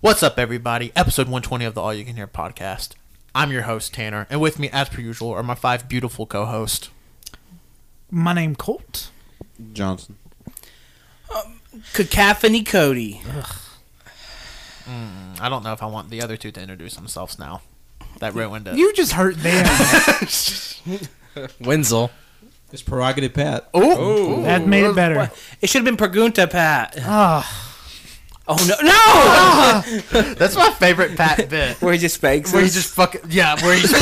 What's up, everybody? Episode 120 of the All You Can Hear podcast. I'm your host, Tanner, and with me, as per usual, are my five beautiful co hosts. My name Colt. Johnson. Cacophony Cody. Mm, I don't know if I want the other two to introduce themselves now. That ruined it. You just hurt them. Wenzel. It's prerogative Pat. Ooh. that made it better. It should have been Pergunta Pat. Ah, Oh no, no! That's my favorite Pat bit. Where he just spanks Where he just fucking yeah, where he just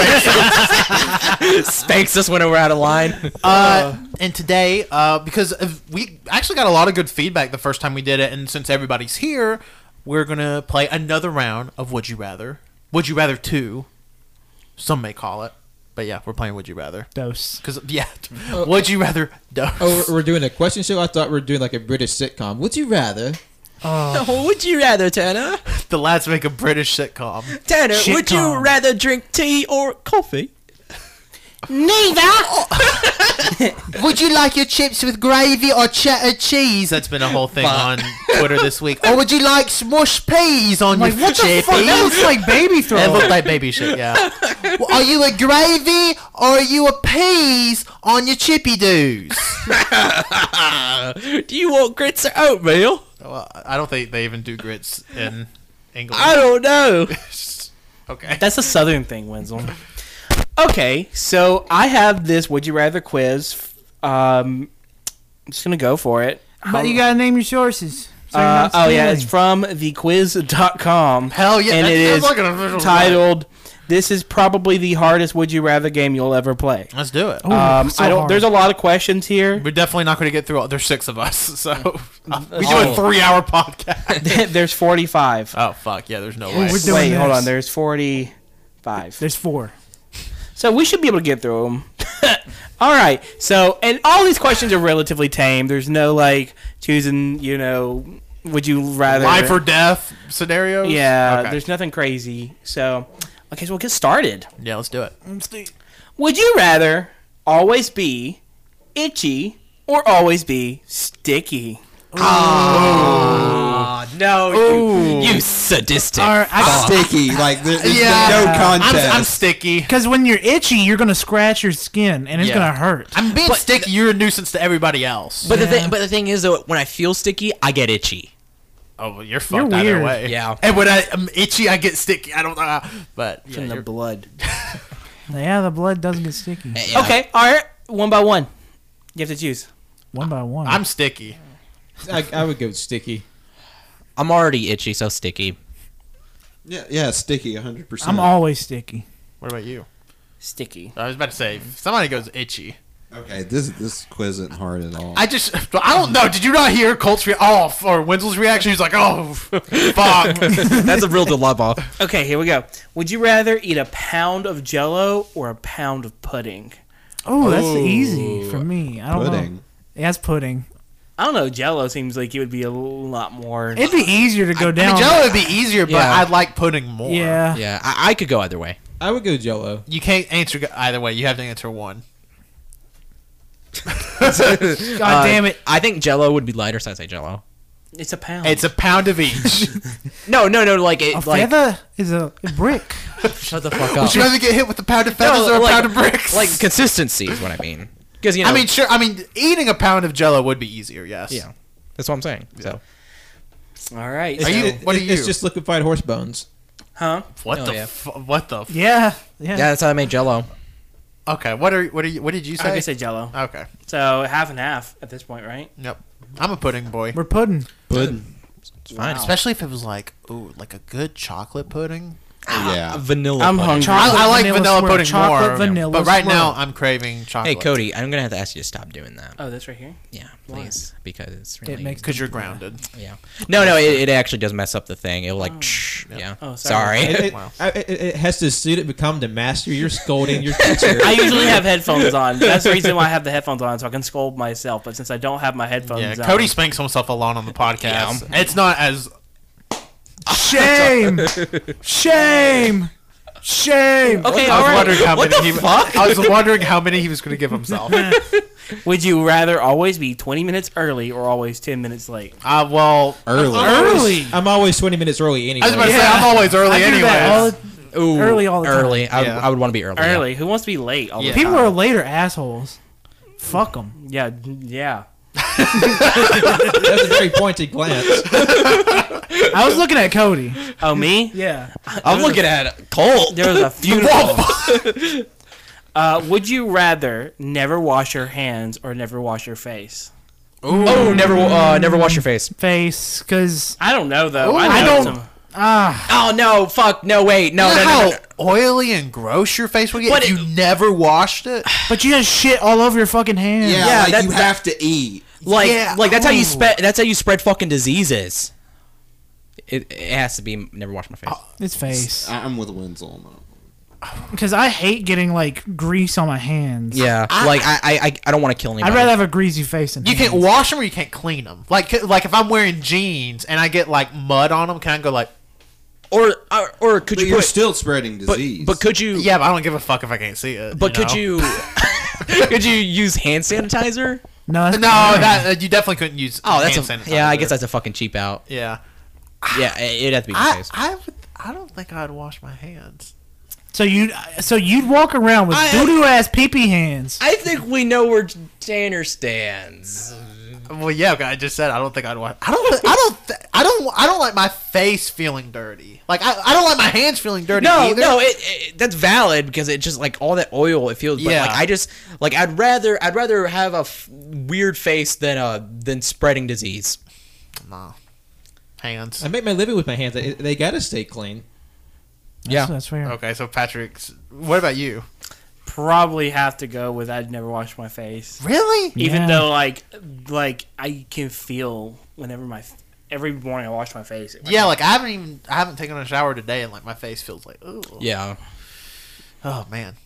spanks us when we're out of line. uh, and today, uh, because of- we actually got a lot of good feedback the first time we did it, and since everybody's here, we're gonna play another round of Would You Rather. Would You Rather Two, some may call it, but yeah, we're playing Would You Rather. dose. Cause yeah, Would You Rather? Duh. Oh, we're doing a question show. I thought we were doing like a British sitcom. Would you rather? Oh, would you rather, Tanner? The lads make a British sitcom. Tanner, Shit would you com. rather drink tea or coffee? Would you like your chips with gravy or cheddar cheese? That's been a whole thing on Twitter this week. Or would you like smushed peas on Like what the fuck? That looks like baby throw. That looked like baby shit, yeah. Well, are you a gravy or are you a peas on your chippy doos? Do you want grits or oatmeal? well, I don't think they even do grits in England. I don't know. okay. That's a southern thing, Wenzel. Okay, so I have this would you rather quiz. Um, I'm just gonna go for it. but you gotta name your sources. So you're Uh, not oh stealing. yeah, it's from thequiz.com. Hell yeah. and that it sounds is like an official titled "This is probably the hardest Would You Rather game you'll ever play." Let's do it. Ooh, Um, so I don't. hard. There's a lot of questions here. We're definitely not going to get through all. There's six of us, so uh, we do a Oh. three-hour podcast. there's 45. oh fuck! Yeah, there's no Yeah, way. we're doing Wait, hold this. on. There's 45. There's four. So we should be able to get through them. all right. So, and all these questions are relatively tame. There's no like choosing. You know, would you rather Life or death scenarios. Yeah. Okay. There's nothing crazy. So, okay. So we'll get started. Yeah, let's do it. Would you rather always be itchy or always be sticky? Oh, no. You, you sadistic. All right, Ah. I- Sticky. Like there- there's Yeah. no I'm, contest. I'm sticky. Because when you're itchy, you're gonna scratch your skin, and it's Yeah. gonna hurt. I'm being sticky. you're a nuisance to everybody else. But Yeah. the thing, but the thing is though, when I feel sticky, I get itchy. oh, well, you're fucked You're either weird. way. Yeah. And when I, I'm itchy, I get sticky. I don't know. but yeah, in the you're- blood. yeah, the blood does get sticky Yeah. Okay, all right. One by one. You have to choose. one by one. I'm sticky. I, I would go sticky. I'm already itchy, so sticky. Yeah, yeah, sticky, 100%. I'm always sticky. What about you? Sticky. I was about to say, if somebody goes itchy. Okay, this this quiz isn't hard at all. I just, I don't know. Did you not hear Colt's re- oh, or Wenzel's reaction? He's like, oh, fuck. That's a real dilemma. Okay, here we go. Would you rather eat a pound of jello or a pound of pudding? Oh, that's easy for me. I don't know. Pudding. Yeah, that's pudding. I don't know. Jello seems like it would be a lot more. It'd be easier to I go mean, down. Jello would be easier, but Yeah. I like pudding more. yeah. Yeah, I, I could go either way. I would go Jello. You can't answer either way. You have to answer one. God Uh, damn it. I think Jello would be lighter, so I say Jello. it's a pound. It's a pound of each. No, no, no. Like it, A like feather is a a brick. shut the fuck up. Would you rather get hit with a pound of feathers No, or a like- pound of bricks? Like consistency is what I mean. Because you know, I mean, sure. I mean, eating a pound of Jello would be easier. Yes. yeah, that's what I'm saying. So All right. Are you- It- what are it- It's you? just liquefied horse bones. Huh? What Oh, the? yeah. Fu- what the? F- Yeah. Yeah. yeah, that's how I made Jello. okay. What are? What are you? What did you I say? could say jello. okay. So half and half at this point, right? Yep. I'm a pudding boy. We're pudding. Pudding. It's fine. Wow. Especially if it was like, ooh, like a good chocolate pudding. Oh, Yeah. Vanilla. I'm pudding. hungry. I, I like vanilla vanilla, swirl. pudding Chocolate more. vanilla but right swirl. now, I'm craving chocolate. Hey Cody, I'm gonna have to ask you to stop doing that. Oh, this right here. Yeah, please, because it's really It makes Because you're grounded. yeah. No, no, it, it actually does mess up the thing. It'll like yeah. Oh, sorry. sorry. It, it, Wow. I- it- it has to suit it become the master. You're scolding your teacher. I usually have headphones on. That's the reason why I have the headphones on, so I can scold myself. But since I don't have my headphones Yeah. on, Cody spanks himself a lot on the podcast. It's not as. Shame. Shame. Shame. I Okay, all was right. wondering how What many the he. I was wondering how many he was going to give himself. Would you rather always be 20 minutes early or always 10 minutes late? Uh, well, Early. Early. I'm always 20 minutes early I anyway. was about to say I'm always early I do that all anyway. the- Ooh, Early all the time. Early. I, Yeah. I would want to be early. yeah. Early. Who wants to be late? All Yeah. The People are later assholes. Fuck them. time? Yeah. Yeah. That's a very pointed glance. I was looking at Cody. Oh, me? Yeah. I'm looking at Cole. There was a You funeral. waffle. Uh, would you rather never wash your hands or never wash your face? oh, never, uh, never wash your face. Face, because, I don't know though. Ooh. I know don't- some- ah, Oh no! Fuck! No! Wait! No! You No! know no, how no, no. oily and gross your face would get But if it- you never washed it. but you just shit all over your fucking hands. Yeah, Yeah, like that- you that- have to eat. Like, Yeah, like that's how you ooh. spread. That's how you spread fucking diseases. It, it has to be never wash my face. It's face. I- I'm with Wenzel. on that one. Because I hate getting, like, grease on my hands. yeah, like I, I, I- I don't want to kill anybody. I'd rather have a greasy face than You can't Mm. hands. wash them or you can't clean them. Like, c- like if I'm wearing jeans and I get like mud on them, can I go like, or, or, or could But you you're put? still spreading but, disease. but could you? yeah, but I don't give a fuck if I can't see it. But could know? you? could you use hand sanitizer? No, that's No, that uh, you definitely couldn't use. Oh, that's hand a, yeah. I sanitizer. guess that's a fucking cheap out. yeah. Yeah, i- it'd have to be your I, face. I would. I don't think I'd wash my hands. So you, so you'd walk around with uh, I- doo doo ass pee pee hands. I think we know where Tanner stands. Well, yeah, okay, I just said I don't think I'd wash. I don't. I don't. Th- I don't. I don't like my face feeling dirty. Like I, I don't like my hands feeling dirty. No, either. no, it, it, that's valid because it just like all that oil, it feels. Yeah. But like I just like I'd rather I'd rather have a f- weird face than uh than spreading disease. No. Hands. I make my living with my hands. They, they gotta stay clean. So that's fair. Okay, so Patrick's. What about you? probably have to go with I'd never wash my face. Really? Even Yeah. though like like I can feel whenever my every morning I wash my face. it- Yeah, like I haven't even. I haven't taken a shower today, and like my face feels like. Ooh. Yeah. Oh man.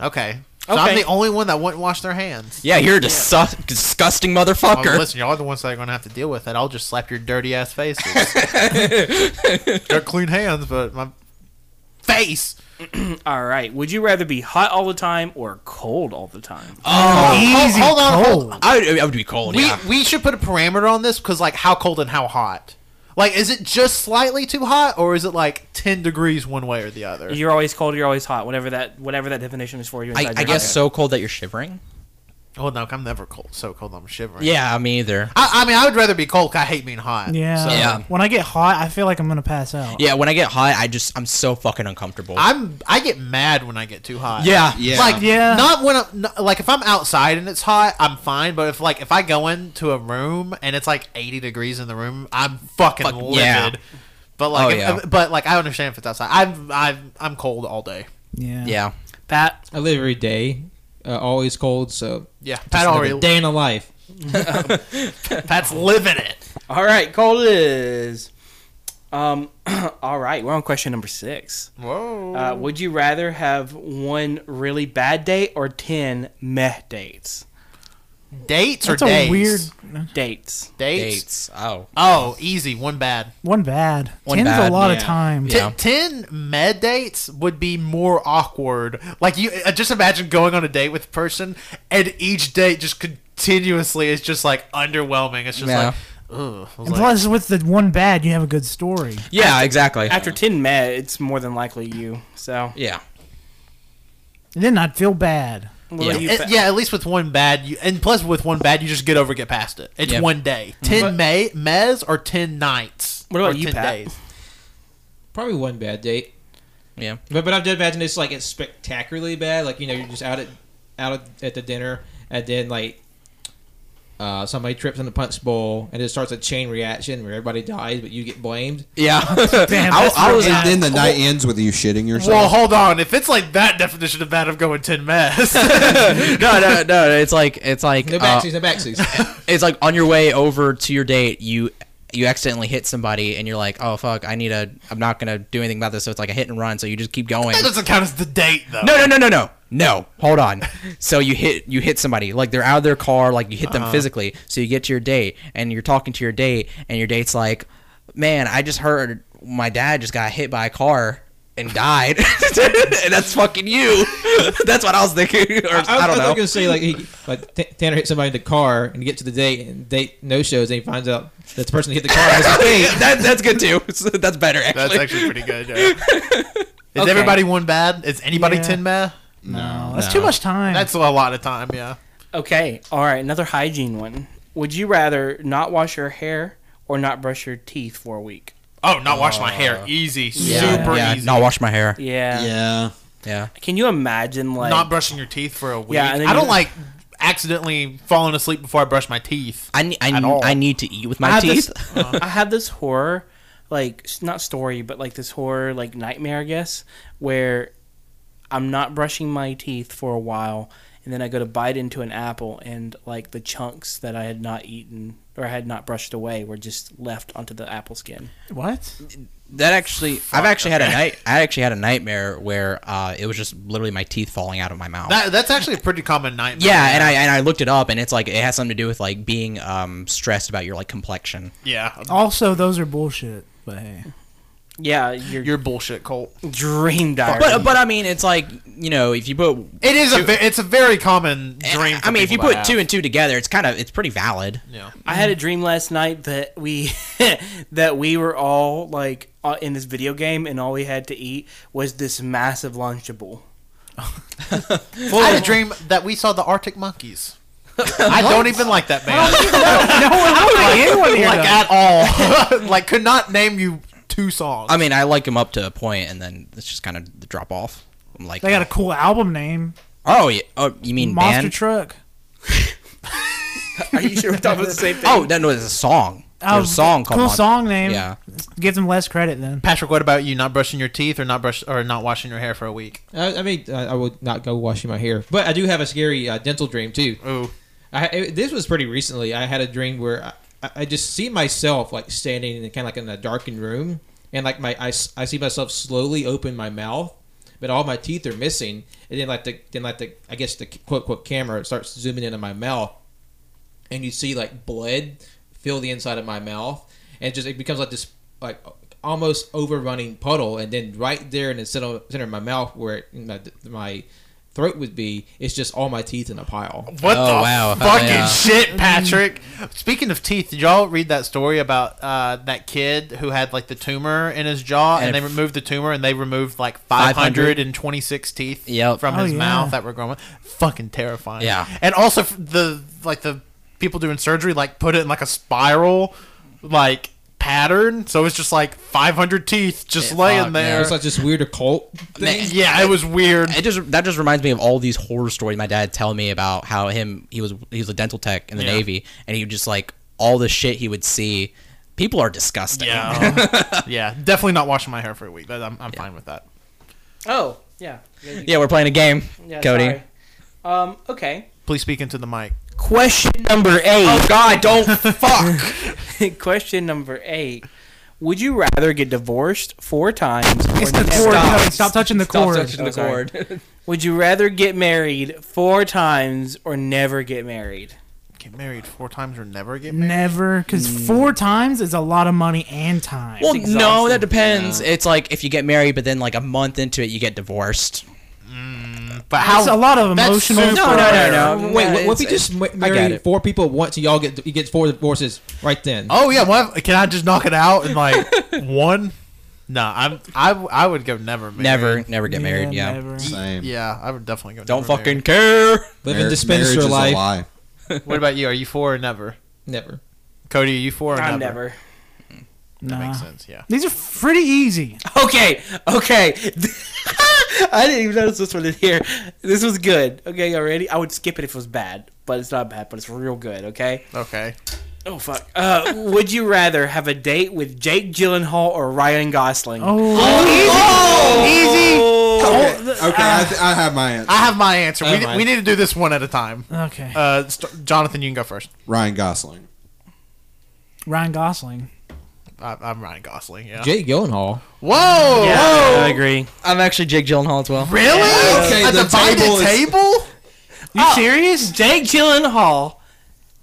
Okay. So I'm Okay. the only one that wouldn't wash their hands. Yeah, you're a disgust- disgusting Oh, motherfucker. listen, y'all are the ones that are gonna have to deal with it. I'll just slap your dirty ass faces. Got clean hands, but my face. All right. Would you rather be hot all the time or cold all the time? Uh, Easy Oh, hold on, hold- cold. I, would- I would be cold. We yeah. we should put a parameter on this because like how cold and how hot. Like, is it just slightly too hot, or is it like ten degrees one way or the other? You're always cold. You're always hot. Whatever that whatever that definition is for you. I, inside I your guess house. so cold that you're shivering. Oh no, I'm never cold. So cold, I'm shivering. Yeah, me either. I, I mean, I would rather be cold. 'cause I hate being hot. Yeah. So, Yeah. When I get hot, I feel like I'm gonna pass out. Yeah, when I get hot, I just I'm so fucking uncomfortable. I'm. I get mad when I get too hot. yeah. yeah, Like Yeah. Not when I'm not, like if I'm outside and it's hot, I'm fine. But if like if I go into a room and it's like 80 degrees in the room, I'm fucking Fuck, livid. yeah. But like, Oh, if- yeah. but like I understand if it's outside. I'm I'm I'm cold all day. Yeah. Yeah. Pat, I live every day, uh, always cold. So Yeah, just Pat another already day in the life. Pat's living it. All right, cold it is. Um, all right, we're on question number six. Whoa. Uh, would you rather have one really bad date or ten meh dates? Dates or That's days? a weird Dates. dates. Dates. Oh. Oh, easy. One bad. one bad. One Ten's bad, a lot of yeah. time. T- Yeah. Ten med dates would be more awkward. Like you, uh, just imagine going on a date with a person, and each date just continuously is just like underwhelming. It's just Yeah. like, ugh. I was And like- plus, with the one bad, you have a good story. Yeah, exactly. After ten meh, it's more than likely you. So yeah. And then I'd feel bad. What Yeah. about you, Uh, Pat? yeah, at least with one bad, you, and plus with one bad, you just get over, it, get past it. It's Yeah. one day, ten May mes or ten nights. What about or you, 10 Pat? Probably one bad date. Yeah. But but I've just imagine it's like it's spectacularly bad. Like you know you're just out at out at, at the dinner and then like uh, somebody trips on the punch bowl and it starts a chain reaction where everybody dies but you get blamed. Yeah. Damn, I, that's I was and then the night ends with you Well, shitting yourself. hold on. If it's like that definition of bad, I'm going ten mes. no, no, no. It's like it's like No uh, backseats, no backseats. it's like on your way over to your date, you you accidentally hit somebody, and you're like, oh fuck, I need a, I'm not gonna do anything about this. So it's like a hit and run. So you just keep going. that doesn't count as the date though. No, no, no, no, no, no. Hold on. So you hit you hit somebody like they're out of their car, like you hit them physically. So you get to your date, and you're talking to your date, and your date's like, man, I just heard my dad just got hit by a car. and died, and that's fucking you. that's what I was thinking. Or, I, I, don't was know. gonna say like he, like T- Tanner hit somebody in the car and you get to the date and date no shows and he finds out that the person that hit the car was his date. that, that's good too. that's better actually. That's actually pretty good. yeah. Is Okay. everybody one bad? Is anybody Yeah. ten bad? No, that's No. too much time. That's a lot of time. Yeah. Okay, all right, another hygiene one. Would you rather not wash your hair or not brush your teeth for a week? Oh, not wash my hair. Easy. Yeah, Super yeah, easy. Not wash my hair. Yeah. Yeah. Yeah. Can you imagine like not brushing your teeth for a week. Yeah, and then I you- don't like accidentally falling asleep before I brush my teeth. I, ne- I, At n- all. I need to eat with I my have teeth. This, I had this horror, like s- not story, but like this horror like nightmare, I guess, where I'm not brushing my teeth for a while, and then I go to bite into an apple, and like the chunks that I had not eaten or I had not brushed away were just left onto the apple skin. what? That actually, I've actually had a night. I actually had a nightmare where uh, it was just literally my teeth falling out of my mouth. That that's actually a pretty common nightmare. yeah, and I and I looked it up, and it's like it has something to do with like being um, stressed about your like complexion. yeah, Also, those are bullshit. But hey, Yeah, your, you're bullshit, Colt. dream diary. But but I mean, it's like you know if you put It is a ve- it's a very common dream. I for mean, if you people put to two have. and two together, it's kind of it's pretty valid. yeah, I had a dream last night that we that we were all like uh, in this video game, and all we had to eat was this massive lunchable. I had a dream that we saw the Arctic monkeys. I don't even like that band. like at all. like could not name you two songs. I mean, I like them up to a point, and then it's just kind of the drop off. I'm like, uh, they got a cool album name, oh, yeah, oh, you mean Monster band? Truck. Are you sure we're talking about the same thing? oh, no, no, it's a song. There's Oh, a song called cool Mon- song name. Yeah. Give them less credit then. Patrick, what about you? Not brushing your teeth or not brush or not washing your hair for a week? I, I mean, I, I would not go washing my hair, but I do have a scary uh, dental dream too. Ooh, I, it- this was pretty recently. I had a dream where I- I, I just see myself like standing in kind of like in a darkened room, and like my I, s- I see myself slowly open my mouth, but all my teeth are missing, and then like the then like the I guess the quote quote camera starts zooming into my mouth, and you see like blood fill the inside of my mouth, and it just it becomes like this like almost overrunning puddle, and then right there in the center center of my mouth where it, my, my throat would be, it's just all my teeth in a pile. what Oh, the wow. fucking Yeah. shit, Patrick? Speaking of teeth, did y'all read that story about uh, that kid who had like the tumor in his jaw, and, And they if- removed the tumor, and they removed like 500? 526 teeth Yep. from Oh, his yeah. mouth that were growing? Fucking terrifying. Yeah. and also f- the like the people doing surgery like put it in like a spiral, like pattern, so it's just like 500 teeth just Yeah, laying fuck, man. there. It's like this weird occult thing. yeah, it was weird. It just that just reminds me of all these horror stories my dad tell me about how him he was he was a dental tech in the Yeah. navy and he would just like all the shit he would see. People are disgusting. Yeah, yeah, definitely not washing my hair for a week. That- I'm, I'm fine with that. Oh, yeah. Yeah, you- Yeah, we're playing a game, yeah, Cody. sorry. Um, okay. Please speak into the mic. Question number eight. Oh God, don't fuck. Question number eight. Would you rather get divorced four times? Or It's the never- cord. Cody. Stop touching the Stop cord. touching the Oh, sorry. cord. Would you rather get married four times or never get married? Get married four times or never get married. Never, because four times is a lot of money and time. Mm. well, no, exhausting. that depends. It's like if you get married, but then like a month into it, you get divorced. But It's a lot of that's emotional. super No, no, no, rare. no. Wait, Yeah, what, it's- what if you just ma- I get marry it. four people at once and y'all get you get four divorces right then? Oh yeah, what if- can I just knock it out in like one? Nah, I'm I w- I would go never married. Never, never get married. Yeah. never. Same. Yeah, I would definitely go. Don't never fucking care. Live in Mar- marriage dispenser is a life. lie. married. What about you? Are you for or never? Never. Cody, are you for or I'm never? never. That Nah. makes sense. Yeah. These are pretty easy. Okay, okay. I didn't even notice this one in here. This was good. Okay, y'all ready? I would skip it if it was bad, but it's not bad, but it's real good, okay? Okay. Oh, fuck. Uh, would you rather have a date with Jake Gyllenhaal or Ryan Gosling? Oh, Okay, okay I, th- I have my answer. I have my answer. I We, have mine. we need to do this one at a time. easy. Okay, Uh, st- Jonathan, you can go first. Ryan Gosling. Ryan Gosling. I, I'm Ryan Gosling. Yeah. Jake Gyllenhaal. Whoa. Whoa. I agree. I'm actually Jake Gyllenhaal as well. Really? Okay, a the divided table table? is- You serious? Jake Gyllenhaal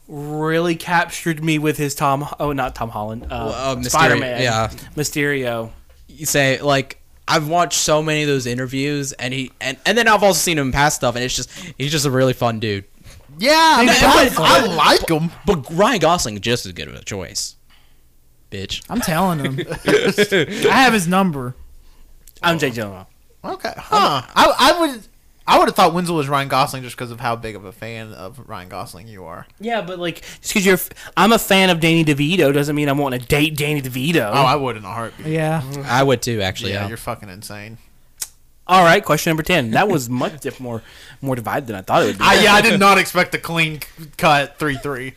really captured me with his Tom. Oh, not Tom Holland. Uh, Um, Well, uh, Mysterio, Spider Man. yeah. Mysterio. You say like I've watched so many of those interviews, and he and, and then I've also seen him in past stuff, and it's just he's just a really fun dude. Yeah, I, mean, I, Exactly. I like them. But Ryan Gosling just as good of a choice, bitch. I'm telling him. I have his number. I'm Jake Gyllenhaal. Okay, huh? I, I would I would have thought Wenzel was Ryan Gosling just because of how big of a fan of Ryan Gosling you are. Yeah, but like just because you're, f- I'm a fan of Danny DeVito doesn't mean I want to date Danny DeVito. Oh, I would in a heartbeat. Yeah. I would too, actually. Yeah, Yeah, you're fucking insane. All right, question number ten. That was much diff- more more divided than I thought it would be. I, yeah, I did not expect a clean c- cut three three.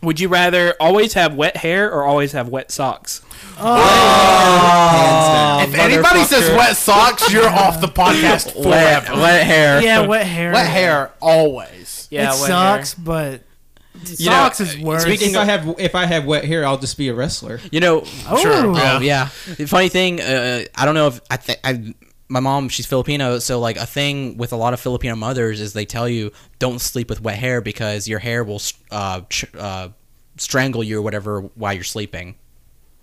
Would you rather always have wet hair or always have wet socks? Hands down. if anybody says motherfucker. wet socks, you're off the podcast wet, forever. wet hair. Yeah, wet hair. Wet hair always. Yeah, it sucks, but socks is uh, worse. Speaking, if I have if I have wet hair, I'll just be a wrestler. You know, sure. Oh. Oh, yeah. The funny thing, uh, I don't know if I, th- I, my mom, she's Filipino, so like a thing with a lot of Filipino mothers is they tell you don't sleep with wet hair because your hair will uh, ch- uh, strangle you or whatever while you're sleeping.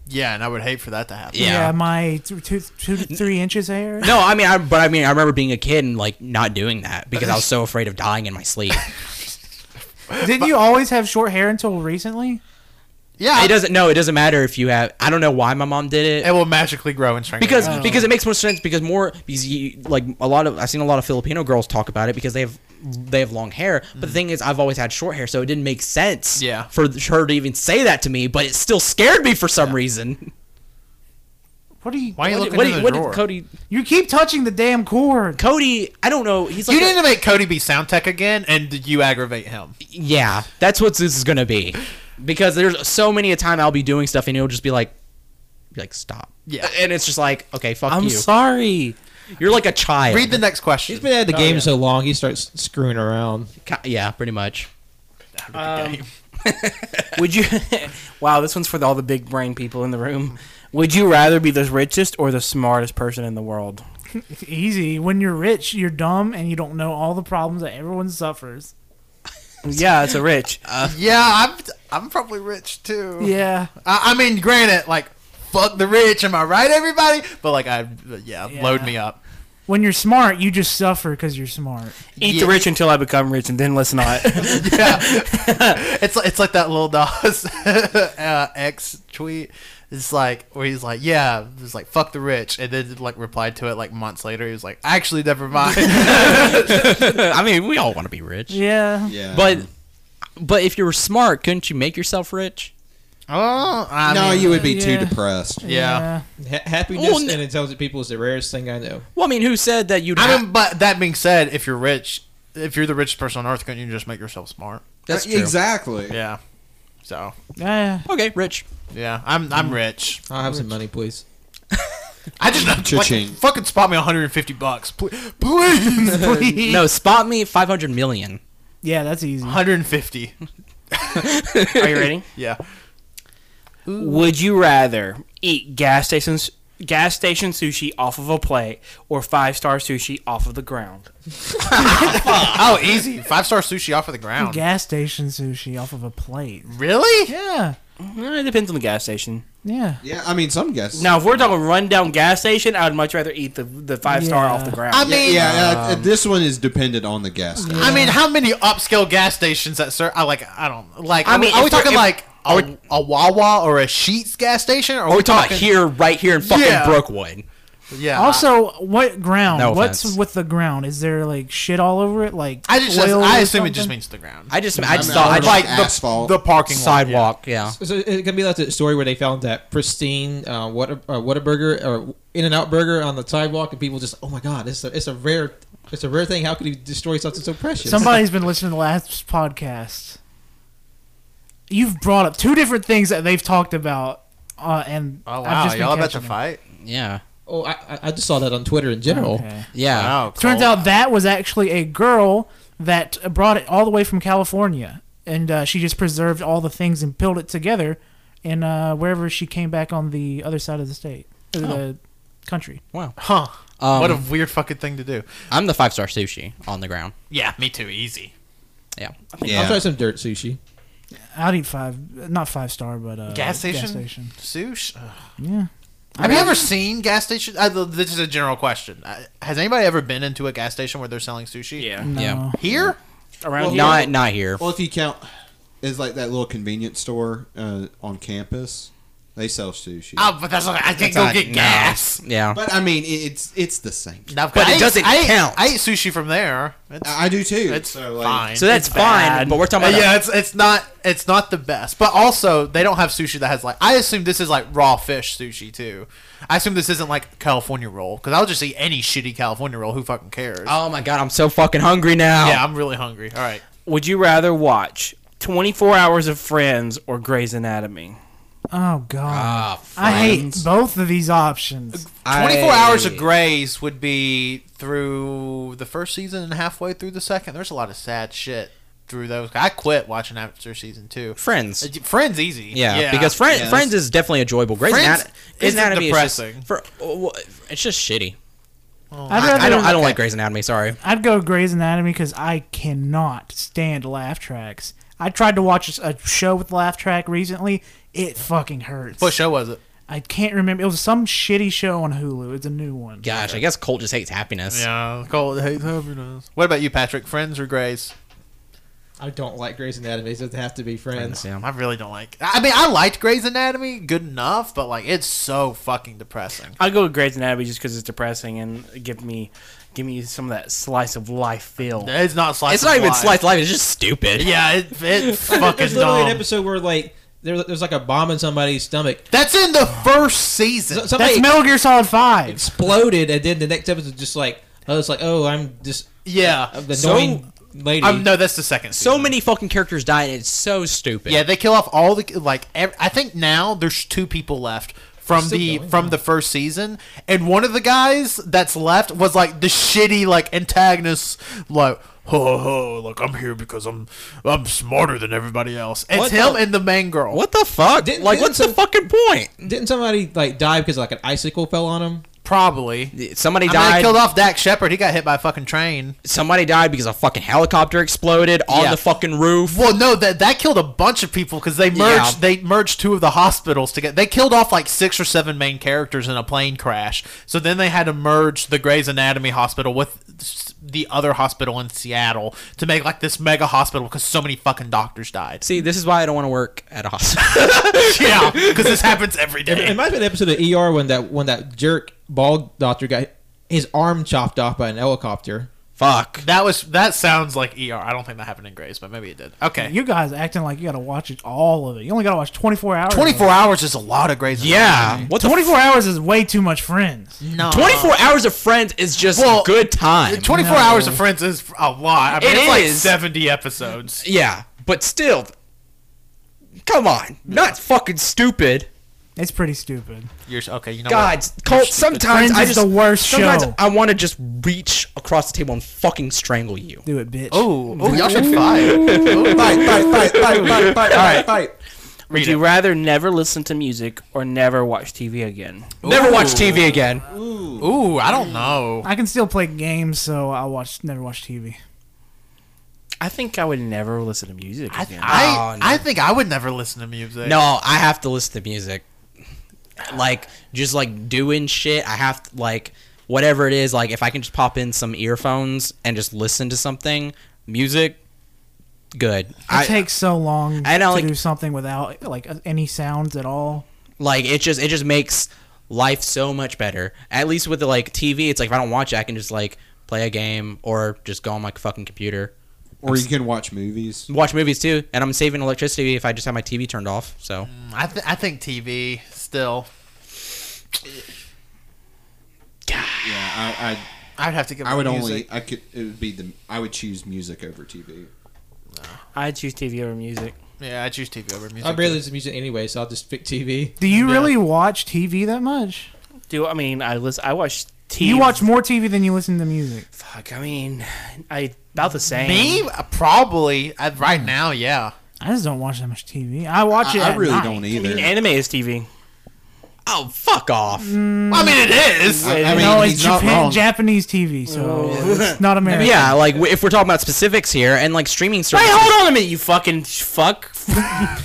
Yeah, and I would hate for that to happen. Yeah. yeah. my two, two, two to three inches hair. No, I mean, I, but I mean, I remember being a kid and like not doing that because I was so afraid of dying in my sleep. Didn't you always have short hair until recently? Yeah, it doesn't. No, it doesn't matter if you have. I don't know why my mom did it. It Oh. will magically grow and strengthen. because you. because it makes more sense because more because you, like a lot of I've seen a lot of Filipino girls talk about it because they have they have long hair but the thing is I've always had short hair so it didn't make sense Mm. Yeah. for her to even say that to me but it still scared me for some reason What are you? why are you what, looking did- in the what did drawer? Cody You keep touching the damn cord. Cody I don't know he's like you a- need to make Cody be sound tech again, and you aggravate him. yeah that's what this is gonna be because there's so many a time I'll be doing stuff and he'll just be like be like stop Yeah. and it's just like okay fuck I'm you sorry. you're like a child Read the next question. He's been at the game so long, he starts screwing around. Ki- yeah pretty much Would you? wow, this one's for the, all the big brain people in the room. Would you rather be the richest or the smartest person in the world? Easy. When you're rich, you're dumb and you don't know all the problems that everyone suffers. Yeah, it's a rich. yeah, I'm I'm probably rich too. Yeah. I, I mean, granted, like fuck the rich. Am I right, everybody? But like, I yeah, load Yeah. me up. When you're smart, you just suffer because you're smart. Eat Yeah. the rich until I become rich, and then let's not. Yeah, it's like, it's like that little Nas uh, X tweet. It's like where he's like, yeah, it's like fuck the rich, and then like replied to it like months later. He was like, actually, never mind. I mean we all want to be rich Yeah. Yeah. But but if you were smart, couldn't you make yourself rich? oh, I no, mean, you would be too yeah. depressed. yeah. Ha- happiness Well, n- and intelligent people is the rarest thing I know. Well, I mean, who said that you'd? I have mean, but that being said, if you're rich, if you're the richest person on earth, couldn't you just make yourself smart? That's Uh, true. Exactly. Yeah. So Yeah. okay, rich. yeah, I'm I'm rich. I'll have some money, please. I just like, Cha-ching. fucking spot me 150 bucks, please. please. Please. No, spot me five hundred million. Yeah, that's easy. 150. Are you ready? Yeah. Would you rather eat gas stations gas station sushi off of a plate or five star sushi off of the ground? Oh, easy. Five star sushi off of the ground. Gas station sushi off of a plate. Really? Yeah. Eh, It depends on the gas station. Yeah. Yeah, I mean, some guess. Now, if we're talking rundown gas station, I would much rather eat the the five star Yeah. off the ground. I Yeah, mean, yeah, uh, this one is dependent on the gas station. I mean, how many upscale gas stations that serve? I like. I don't like. I I mean, mean, are we if we're- talking if- like a, a Wawa or a Sheets gas station? Or Are we talking here, right here in fucking Yeah. Brookwood? Yeah. Also, what ground? No What's offense. with the ground? Is there like shit all over it? Like I just oil I or assume it just something? means the ground. I just, I just mean, thought, I I'd don't like know. asphalt. the, the parking lot, sidewalk. Yeah. So it can be like that story where they found that pristine uh, what uh, Whataburger or In and Out Burger on the sidewalk, and people just, oh my god, it's a, it's a rare, it's a rare thing. How could you destroy something so precious? Somebody's been listening to the last podcast. You've brought up two different things that they've talked about, uh, and Oh I've wow, just been y'all about to catching them. fight? Yeah. oh, I, I- I just saw that on Twitter in general. Okay. Yeah. Wow, Turns out that was actually a girl that brought it all the way from California, and uh, she just preserved all the things and peeled it together, and uh, wherever she came back on the other side of the state, Oh. or the country. Wow. huh? Um, what a weird fucking thing to do. I'm the five star sushi on the ground. Yeah, me too. Easy. Yeah. I'll yeah. try some dirt sushi. I'd eat five, not five star, but uh, Gas station, sushi. Ugh. Yeah, Have you ever seen gas station? Uh, th- this is a general question. Uh, has anybody ever been into a gas station where they're selling sushi? Yeah. No. Yeah. Here? Around Well, here. Not not here. Well, if you count, it's like that little convenience store uh, on campus. They sell sushi. Oh, but that's not, I can't go not- get no. gas. Yeah. But I mean, it- it's it's the same. No, But I it ate- doesn't I ate- count. I ate sushi from there. It's, I I do too. it's So, like, fine. so that's fine, but we're talking Uh, about yeah, it's it's not it's not the best, but also they don't have sushi that has like I assume this is like raw fish sushi too. I assume this isn't like California roll because I'll just eat any shitty California roll. Who fucking cares? Oh my god, I'm so fucking hungry now. yeah, I'm really hungry. All right, Would you rather watch 24 hours of Friends or Grey's Anatomy? Oh god. Ah, I hate friends. both of these options. I- 24 hours of Grays would be through the first season and halfway through the second. There's a lot of sad shit through those. I quit watching after season two. Uh, Friends. Friends easy. Yeah, because Friends Yeah. Friends is definitely enjoyable. Grey's Friends Anat- Grey's isn't Anatomy depressing. is just for, oh, wh- it's just shitty. I'd I, rather Uh, I don't I don't like Grey's Anatomy. Sorry. I'd go Grey's Anatomy because I cannot stand laugh tracks. I tried to watch a show with laugh track recently. It fucking hurts. What show was it? I can't remember. It was some shitty show on Hulu. It's a new one. Gosh, I guess Colt just hates happiness. Yeah, Cold Hates Happiness. What about you, Patrick? Friends or Grays? I don't like Grey's Anatomy. So it doesn't have to be Friends. Yeah. I really don't like. I mean, I liked Grey's Anatomy good enough, but like it's so fucking depressing. I'll go with Grey's Anatomy just because it's depressing and give me give me some of that slice of life feel. It's not slice. It's not of even life. sliced life. It's just stupid. Yeah, it, it's fucking There's literally an dumb. episode where like there, there's like a bomb in somebody's stomach. That's in the first So- season. Somebody That's Metal Gear Solid Five. exploded, and then the next episode just like I was like, oh, I'm just uh, Yeah. the So- annoying lady. Um, no, that's the second. Season. So many fucking characters die, and it's so stupid. Yeah, they kill off all the like. Ev- I think now there's two people left from Still the going, from the first season, and one of the guys that's left was like the shitty like antagonist, like ho ho ho, like I'm here because I'm I'm smarter than everybody else. It's What him the- and the main girl. What the fuck? Didn't- like, didn't what's the some- fucking point? Didn't somebody like die because like an icicle fell on him? Probably. Somebody I mean, died. they killed off Dak Shepard. He got hit by a fucking train. somebody died because a fucking helicopter exploded on Yeah. the fucking roof. Well, no, that that killed a bunch of people because they merged. Yeah. They merged two of the hospitals together. They killed off like six or seven main characters in a plane crash. So then they had to merge the Grey's Anatomy hospital with s- the other hospital in Seattle to make like this mega hospital because so many fucking doctors died. See, this is why I don't want to work at a hospital. yeah, because this happens every It day. might have been an episode of ER when that when that jerk bald doctor got his arm chopped off by an helicopter. fuck. That was that sounds like ER. I don't think that happened in Grey's, but maybe it did. Okay, You guys acting like you gotta watch it all of it. You only gotta watch twenty four hours. twenty four hours is a lot of Grey's. Yeah. What the Twenty four f- hours is way too much Friends. no. 24 hours of friends is just Well, good time. 24 No. hours of Friends is a lot. I mean, It it's like is. 70 episodes. yeah, but still. Come on. Not fucking stupid. It's pretty stupid. You're okay. You know God, what? Colt, You're stupid. Friends sometimes I is just the worst sometimes show. I want to just reach across the table and fucking strangle you. Do it, bitch. Oh, oh, y'all should fight. Fight, fight, fight, fight, fight, fight, fight, fight. Would Read you it. rather never listen to music or never watch TV again? Never watch TV again. Ooh, I don't know. I can still play games, so I'll watch never watch TV. I think I would never listen to music I, again. I, Oh, no. I think I would never listen to music. No, I have to listen to music. Like just like doing shit. I have to like whatever it is. Like if I can just pop in some earphones and just listen to something, music, good. It I takes so long I know, to like- do something without like uh, any sounds at all. like it. Just it just makes life so much better. At least with the like TV, it's like if I don't watch it, I can just like play a game or just go on my fucking computer. Or you can watch movies. Watch movies too, and I'm saving electricity if I just have my TV turned off. So I, th- I think TV still. Yeah, I, I'd have to give. I, I would music. only, I could, it would be the, I would choose music over TV. I, would choose TV over music. Yeah, I choose TV over music. I barely listen to music anyway, so I'll just pick TV. Do you really watch TV that much? Do I mean I listen? I watch TV. You watch more TV than you listen to music. Fuck. I mean, I about the same. me Uh, probably uh, right Hmm. now. Yeah, I just don't watch that much TV. I watch I, it. I at really night. don't I mean, either. anime is TV. oh fuck off. Well, I mean it is. I, I mean, no, he's it's not Japan- wrong. Japanese TV, so it's not American. Yeah, like w- if we're talking about specifics here and like streaming Wait, services. hold on a minute, you fucking sh- fuck.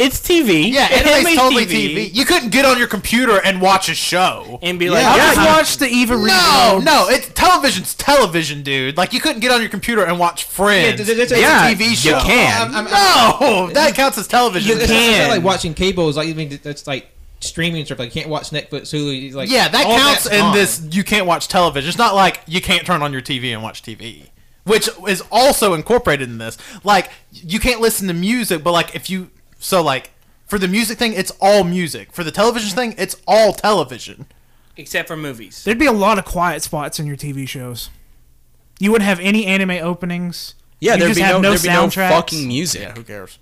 It's TV. Yeah, anime's totally TV. You couldn't get on your computer and watch a show. And be like, I yeah, just watched the Eva No, reload. no, it's television's television, dude. Like you couldn't get on your computer and watch Friends. Yeah, th- th- It's yeah, a TV show. You can. I'm- no, that counts as television. It's- it's- it's can. not like watching cables. Like I mean, that's like streaming stuff. Like you can't watch Netflix, Hulu. it's Like yeah, that all counts that's in on. this. You can't watch television. It's not like you can't turn on your TV and watch TV, which is also incorporated in this. Like you can't listen to music, but like if you so like for the music thing, it's all music. For the television thing, it's all television. except for movies. There'd be a lot of quiet spots in your TV shows. You wouldn't have any anime openings. yeah, you there'd just be have no, there'd be no soundtracks. fucking music. who cares?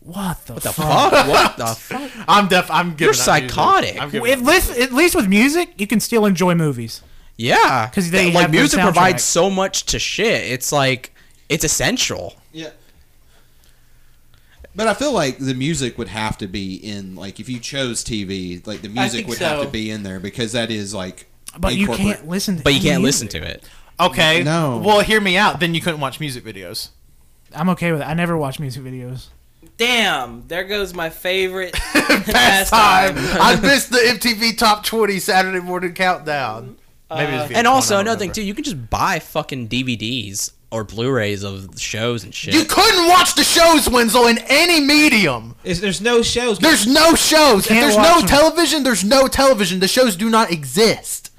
What the, The fuck? fuck? what the fuck? I'm def. I'm giving. up music. psychotic. I'm At giving up. least, at least with music, you can still enjoy movies. Yeah, 'Cause they like have no music soundtrack. provides so much to shit. It's like it's essential. Yeah. But I feel like the music would have to be in like if you chose TV, like the music think would have so. to be in there because that is like But you incorporate- can't listen. to But you any can't music. listen to it. Okay. No. Well, hear me out. Then you couldn't watch music videos. I'm okay with it. I never watch music videos. Damn, there goes my favorite Pastime. pastime. I missed the MTV Top 20 Saturday morning countdown. Uh, Maybe it's and VH1, also I don't another thing remember. too, you can just buy fucking DVDs or Blu-rays of shows and shit. You couldn't watch the shows, Winslow, in any medium. It's- there's no shows. There's no shows. If Can't there's watch no them. television, there's no television. The shows do not exist.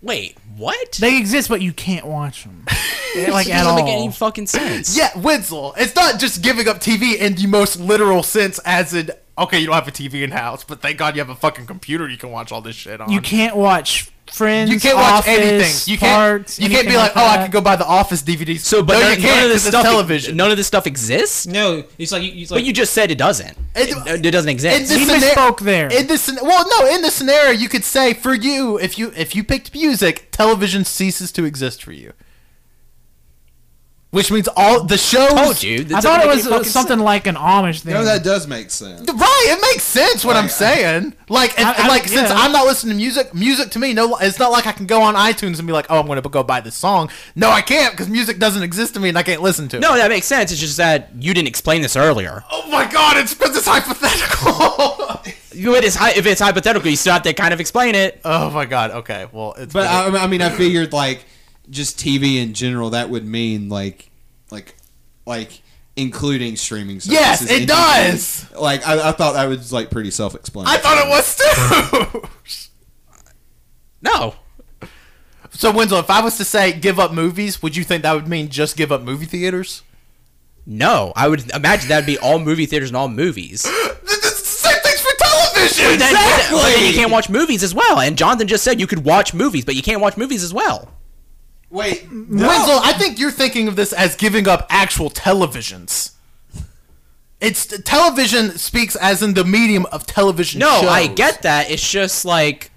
Wait, what? They exist, but you can't watch them. like It at doesn't all. make any fucking sense. Yeah, Winslow. It's not just giving up TV in the most literal sense, as in, okay, you don't have a TV in house, but thank God you have a fucking computer you can watch all this shit on. You can't watch Friends. You can't watch Office, anything. You can't. Parks, you can't be anything like, oh, I that. could go buy the Office DVDs. So, but no, none, you none can't of this 'cause it's stuff. e-, television. None of this stuff exists. no. It's like you. It's like But you just said it doesn't. It- It, it doesn't in exist. this He scenar- misspoke there. In this, scen- well, no, in this scenario, you could say for you, if you if you picked music, television ceases to exist for you. Which means all the shows. Told you. I thought it was uh, something like an Amish thing. No, that does make sense. Right, it makes sense what I'm saying. Like, and, I- I- like since yeah. I'm not listening to music, music to me, no, it's not like I can go on iTunes and be like, oh, I'm going to go buy this song. No, I can't because music doesn't exist to me and I can't listen to it. No, that makes sense. It's just that you didn't explain this earlier. Oh my god, it's because it's hypothetical. You- it is hy- if it's hypothetical, you still have to kind of explain it. oh my god. Okay. Well, it's But but I, I mean, I figured like just TV in general that would mean like like like including streaming. Services Yes, it in does! TV. Like I, I thought that was like pretty self-explanatory. I thought it was too. No. so Winslow, if I was to say give up movies, would you think that would mean just give up movie theaters? No. I would imagine that'd be all movie theaters and all movies. Same things for television. Then- Then, then you can't watch movies as well. And Jonathan just said you could watch movies, but you can't watch movies as well. Wait, Winslow, I think you're thinking of this as giving up actual televisions. It's television speaks as in the medium of television. No, shows. I get that. It's just like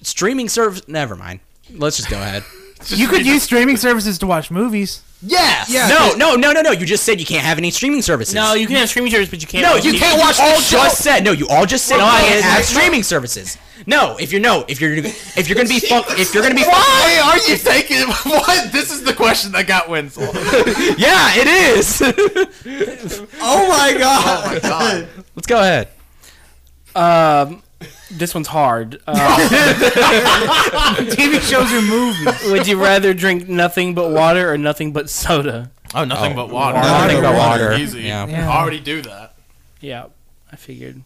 streaming service. Never mind. Let's just go ahead. you could use streaming services to watch movies. Yes. Yeah. no, no, no, no, no. You just said you can't have any streaming services. No, you can have streaming service, but you can't. No, watch you TV. can't watch. You all just said no. You all just said Well, you no, can't it's have like- streaming services. No, if you're no, if you're if you're gonna be fuck, if you're gonna be Why are you taking? What? This is the question that got Winslow. yeah, it is. oh my god! God. Let's go ahead. Um, this one's hard. Uh, TV shows or movies. would you rather drink nothing but water or nothing but soda? Oh, nothing but water. Nothing but water. Easy. Yeah. You already do that. Yeah, I figured.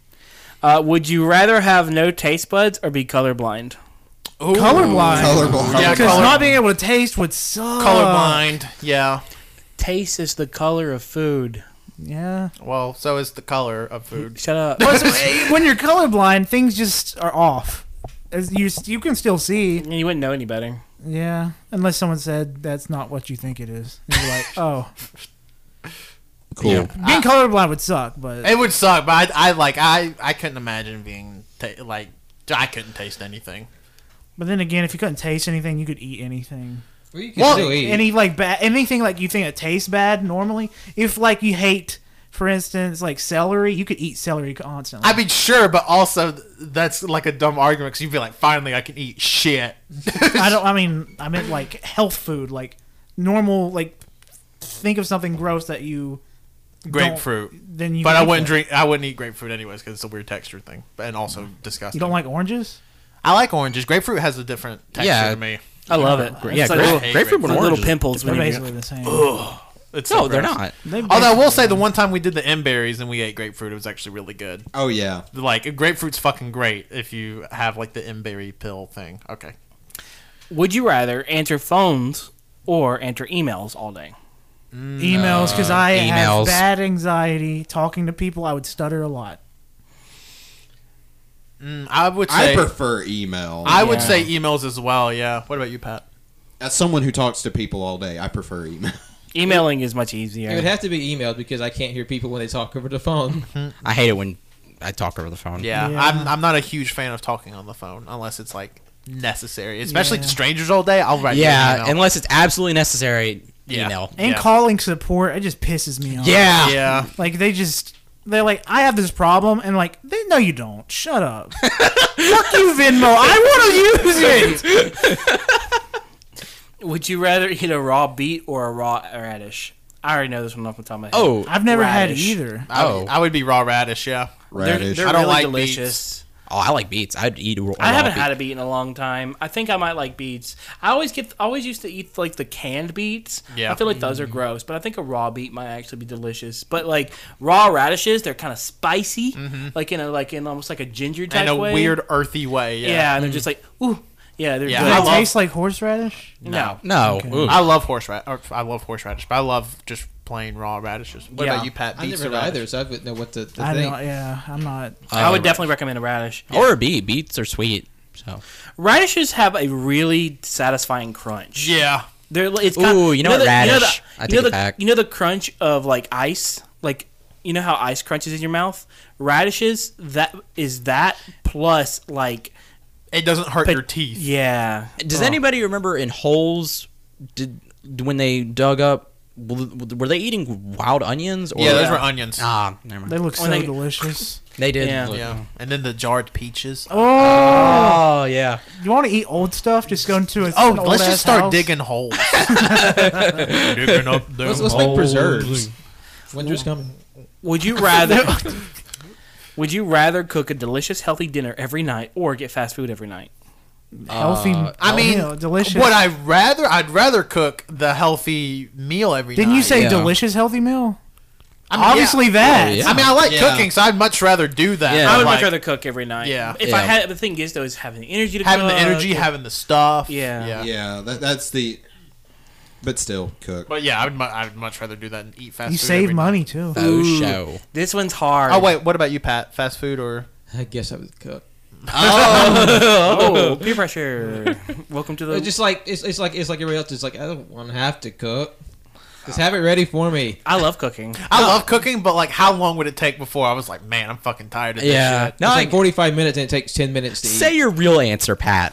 Uh, would you rather have no taste buds or be colorblind? Colorblind. Colorblind. Yeah, Because color- not being able to taste would suck. Colorblind. Yeah. Taste is the color of food. Yeah. Well, so is the color of food. Shut up. Plus, when you're colorblind, things just are off. As you you can still see. you wouldn't know any better. Yeah. Unless someone said that's not what you think it is. And You're like, oh, Cool. being colorblind would suck, but It would suck, but I, I like I I couldn't imagine being ta- like I couldn't taste anything. but then again, if you couldn't taste anything, you could eat anything. well, you can Well, still eat. Any like bad anything like you think that tastes bad normally. If like you hate, for instance, like celery, you could eat celery constantly. I mean, sure, but also th- that's like a dumb argument because you'd be like, finally, I can eat shit. I don't. I mean, I meant like health food, like normal. Like think of something gross that you grapefruit. don't- then you but can I eat wouldn't that. drink. I wouldn't eat grapefruit anyways because it's a weird texture thing, and also disgusting. You don't like oranges? I like oranges. Grapefruit has a different texture Yeah. to me. I love it. yeah, It's like grape- little, grapefruit grapefruit. with like little oranges. pimples They're when you basically drink. the same. It's so No, they're gross. not. They Although I will say, basically- the one time we did the M berries and we ate grapefruit, it was actually really good. Oh yeah. Like grapefruit's fucking great if you have like the M berry pill thing. Okay, Would you rather answer phones or answer emails all day? emails because I emails. have bad anxiety talking to people. I would stutter a lot. Mm, I would say I I, prefer email. would Yeah. say emails as well. Yeah. What about you, Pat? As someone who talks to people all day, I prefer email. Emailing is much It would easier. have to be emailed because I can't hear people when they talk over the phone. I hate it when I talk over the phone. Yeah, Yeah. I'm I'm not a huge fan of talking on the phone unless it's like necessary, especially to Yeah. strangers all day. I'll write. you an Yeah, email. unless it's absolutely necessary. Yeah. Email. And Yeah. calling support, it just pisses me off. Yeah. yeah. Like they just they're like, I have this problem, and like they no, you don't. Shut up. Fuck you, Venmo. I want to use it. Would you rather eat a raw beet or a raw radish? I already know this one off the top of my head. Oh, I've never Radish. had either. I, Oh. would, I would be raw radish. Yeah. they're, Radish. they're I don't really like delicious. oh, I like beets. I'd eat. a raw I haven't beet. had a beet in a long time. I think I might like beets. I always get, I always used to eat like the canned beets. Yeah. I feel like those are gross, but I think a raw beet might actually be delicious. But like raw radishes, they're kind of spicy, like in a like in almost like a ginger type In Mm-hmm. a way. weird earthy way. yeah, and they're just like ooh, yeah, they're Yeah. I Do they love- taste like horseradish? good. No, No. Ooh. I love horseradish. I love horseradish, but I love just plain raw radishes. What Yeah. about you, Pat? I Beets never or either, radish? so I wouldn't know what to, to I think. don't. Yeah, I'm not. I Um, would Uh, definitely recommend a radish. Or a beet. Beets are sweet. So. Radishes have a really satisfying crunch. Yeah. They're li- it's kind Ooh, you know what, You radish. know the, I you take know it the- back. you know the crunch of like ice, like you know how ice crunches in your mouth. Radishes that is that plus like It doesn't hurt But- your teeth. yeah. Does Oh. anybody remember in holes? Did when they dug up? Were they eating wild onions? Or Yeah, those were onions. Ah, never mind. They look so When I- delicious. They did. Yeah. look- Yeah. And then the jarred peaches. Oh, Oh, Oh yeah. you want to eat old stuff? Just go into a. an Oh, let's old-ass just start house. digging holes. digging up them Let's, let's holes. make preserves. Winter's coming. Would you rather? would you rather cook a delicious healthy dinner every night or get fast food every night? healthy. I mean, meal, delicious. Would I rather? I'd rather cook the healthy meal every Didn't night. you say Yeah. delicious healthy meal? I mean, yeah. Obviously that. Yeah. I mean, I like Yeah. cooking, so I'd much rather do that. Yeah. than, I would like, much rather cook every night. Yeah. If I Yeah. had the thing is though is having the energy to having the cook. energy, having the stuff. Yeah. uh, yeah. yeah, that, that's the. But still, cook. But yeah, I would. Mu- I would much rather do that and eat fast. You food save every night. money too. Oh Ooh. show. This one's hard. Oh wait, what about you, Pat? Fast food or? I guess I would cook. Oh, peer pressure. Welcome to the. It's just like it's, it's like it's like everybody else is like I don't want to have to cook. Just have it ready for me. I love cooking. I love cooking, but like, how long would it take before I was like, man, I'm fucking tired of this Yeah. shit. No. it's Like, like 45 minutes and it takes 10 minutes to say eat. your real answer, Pat.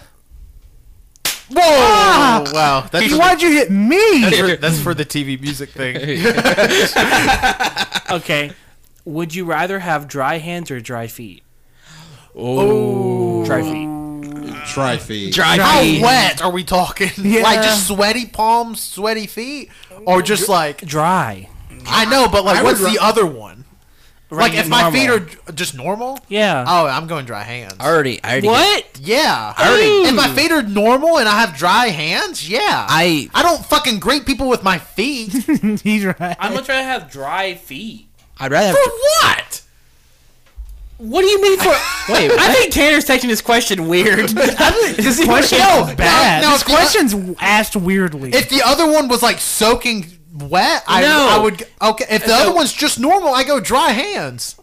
Whoa! Oh, wow, that's for, Why'd you hit me? that's, for, that's for the TV music thing. Okay. Would you rather have dry hands or dry feet? Oh. Dry feet. Try feed. How Dry feet. wet are we talking? Like just sweaty palms, sweaty feet, or just like Dry. I know, but like, I what's would the ra- other one? like, if my feet are j- just normal, Yeah. oh, I'm going dry hands. I already. I already. what? Yeah, already- If my feet are normal and I have dry hands, yeah, I- I don't fucking greet people with my feet. He's right. I'm gonna try to have dry feet. I'd rather have. what? What do you mean for? Wait. I think Tanner's taking this question weird. Does he Question No, no, bad. no, this if you- question's asked weirdly. If the other one was like soaking wet, I, No. I would. Okay, if the No. other one's just normal, I go dry hands.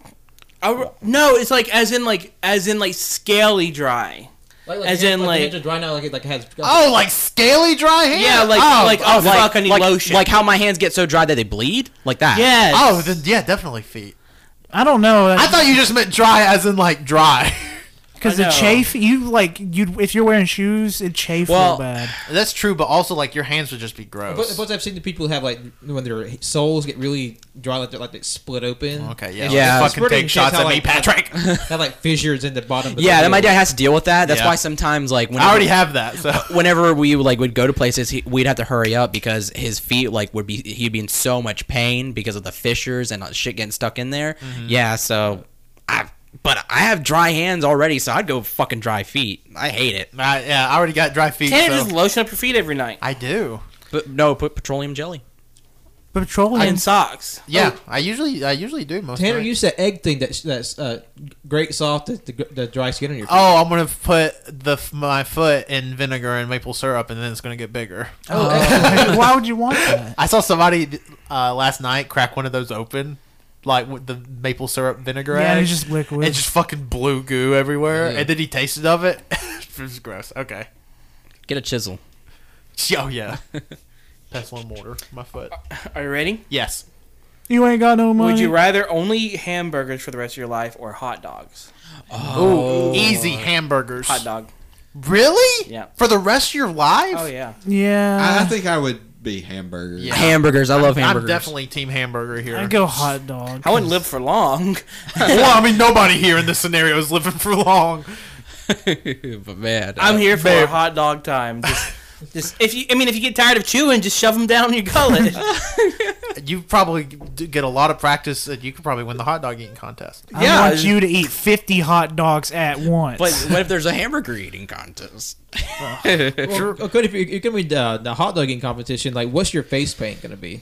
I- no, it's like as in like as in like scaly dry. Like, As in, like- the dry now, like it like has Oh, like scaly dry hands. Yeah, like oh, like oh, fuck, I need like, lotion. Like how my hands get so dry that they bleed. Like that. yes. oh, then yeah, definitely feet. I don't know. I thought you just meant dry, as in like dry. because I the know. chafe you like you if you're wearing shoes it chafe Well, real bad. That's true, but also like your hands would just be gross. But, but I've seen the people have like when their soles get really dry, like they're like they split open. Oh, okay, And yeah, Yeah. yeah. it's Fucking pretty take shots at intense how, me, Patrick. Like, have like fissures in the bottom. Of the yeah, heel. then my dad has to deal with that. That's Yeah. why sometimes like whenever, I already have that. So whenever we like would go to places, he, we'd have to hurry up because his feet like would be he'd be in so much pain because of the fissures and uh, shit getting stuck in there. Yeah, so I but I have dry hands already, so I'd go fucking dry feet. I hate it. I, yeah, I already got dry feet. Tanner so- just lotion up your feet every night. I do. But no, put petroleum jelly. But petroleum and socks. Yeah, I usually I usually do most. Tanner nights. used that egg thing that's that's uh, great soft the, the, the dry skin on your. Oh, I'm gonna put the f- my foot in vinegar and maple syrup, and then it's gonna get bigger. why would you want that? I saw somebody uh, last night crack one of those open, like with the maple syrup vinegar. Yeah, added, it's just liquid. and just fucking blue goo everywhere. Yeah. And then he tasted of it. it was gross. Okay. Get a chisel. Oh yeah. That's one mortar. My foot. Are you ready? Yes. you ain't got no money. Would you rather only hamburgers for the rest of your life or hot dogs? Oh, easy hamburgers. Hot dog. Really? Yeah. For the rest of your life? Oh yeah. yeah, I, I think I would be hamburgers. Yeah. Hamburgers. I love hamburgers. I'm definitely team hamburger here. I go hot dog. I wouldn't live for long. well, I mean, nobody here in this scenario is living for long. but man, I'm here for Babe. hot dog time. Just, just if you, I mean, if you get tired of chewing, just shove them down your gullet. You probably d- get a lot of practice. and You could probably win the hot dog eating contest. I yeah. want you to eat fifty hot dogs at once. But what if there's a hamburger eating contest? Well, good if you- you're gonna be uh, the hot dogging competition. Like, what's your face paint gonna be?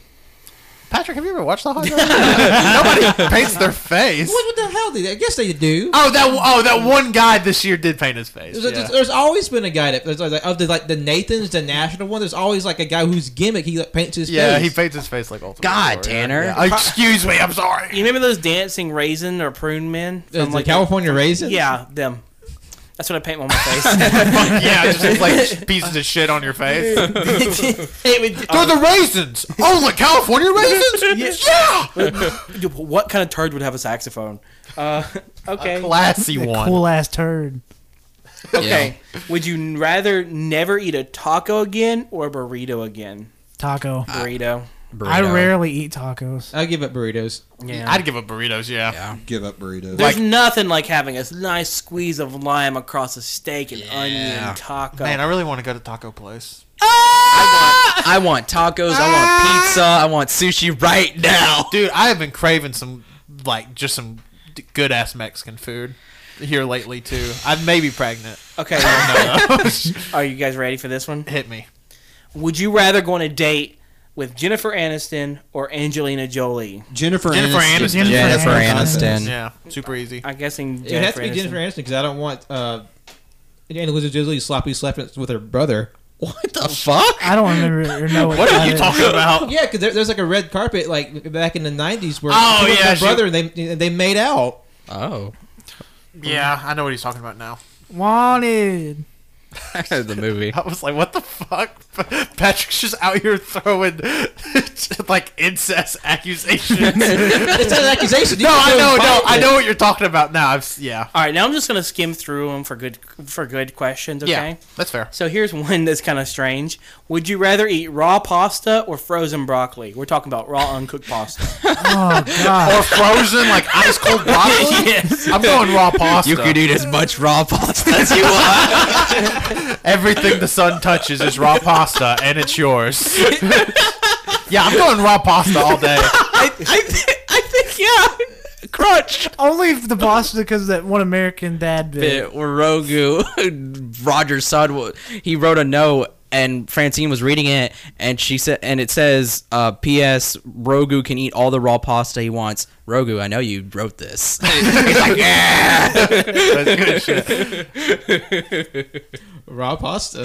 Patrick, have you ever watched the hot dog? Nobody paints their face. What, what the hell? Did they, I guess they do. Oh, that oh that one guy this year did paint his face. There's, yeah. there's, there's always been a guy that there's like, of the like the Nathan's, the national one. There's always like a guy whose gimmick he like, paints his Yeah, he face. paints his face like Ultimate God, Warrior. Tanner. Yeah. Excuse me, I'm sorry. you remember those dancing raisin or prune men Uh, the California raisin. Yeah, them. That's what I paint on my face. yeah, it just looks like pieces of shit on your face. They're It would- the raisins. Oh, the California raisins. yeah, Dude, what kind of turd would have a saxophone? Uh, okay. classy that one. cool ass turd. okay. Would you n- rather never eat a taco again or a burrito again? Taco. Burrito. I rarely eat tacos. I'll give up burritos. yeah. I'd give up burritos. Yeah. Yeah. Give up burritos. There's nothing like having a nice squeeze of lime across a steak and onion taco. Man, I really want to go to taco place. Ah! I want tacos. I want pizza. I want sushi right now. Dude, I have been craving some like just some good ass Mexican food here lately too. I may be pregnant. okay. Are you guys ready for this one? Hit me. Would you rather go on a date with Jennifer Aniston or Angelina Jolie? Jennifer, Jennifer Aniston. Jennifer Jennifer Aniston. Yeah, super easy. I'm guessing It has to Jennifer be Jennifer Aniston. Aniston because I don't want uh, Angelina Jolie sloppy slapping with her brother. What the fuck? I don't remember or know what. What that are you is. talking about? Yeah, because there, there's like a red carpet like back in the '90s where Oh, she was yeah, her she- brother and they they made out. Oh, Yeah, I know what he's talking about now. Wanted. the movie. I was like, what the fuck? Patrick's just out here throwing like incest accusations. no, It's not an accusation. You I can go know, and no, find I it. know what you're talking about now. I've, s- yeah. All right, now I'm just gonna skim through them for good for good questions. Okay. Yeah, that's fair. So here's one that's kind of strange. Would you rather eat raw pasta or frozen broccoli? We're talking about raw uncooked pasta. Oh Ah. god. Or frozen, like ice cold broccoli. I'm going raw pasta. You could eat as much raw pasta as you want. Everything the sun touches is raw pasta, and it's yours. yeah, I'm going raw pasta all day. I, I, th- I think yeah. Crunch. Only if the pasta because that one American dad bit. Bit Rogu, Roger's son. wa- He wrote a note, and Francine was reading it, and she said, and it says, uh, "P.S. Rogu can eat all the raw pasta he wants." Rogu, I know you wrote this. He's like, yeah. That's good shit. raw pasta.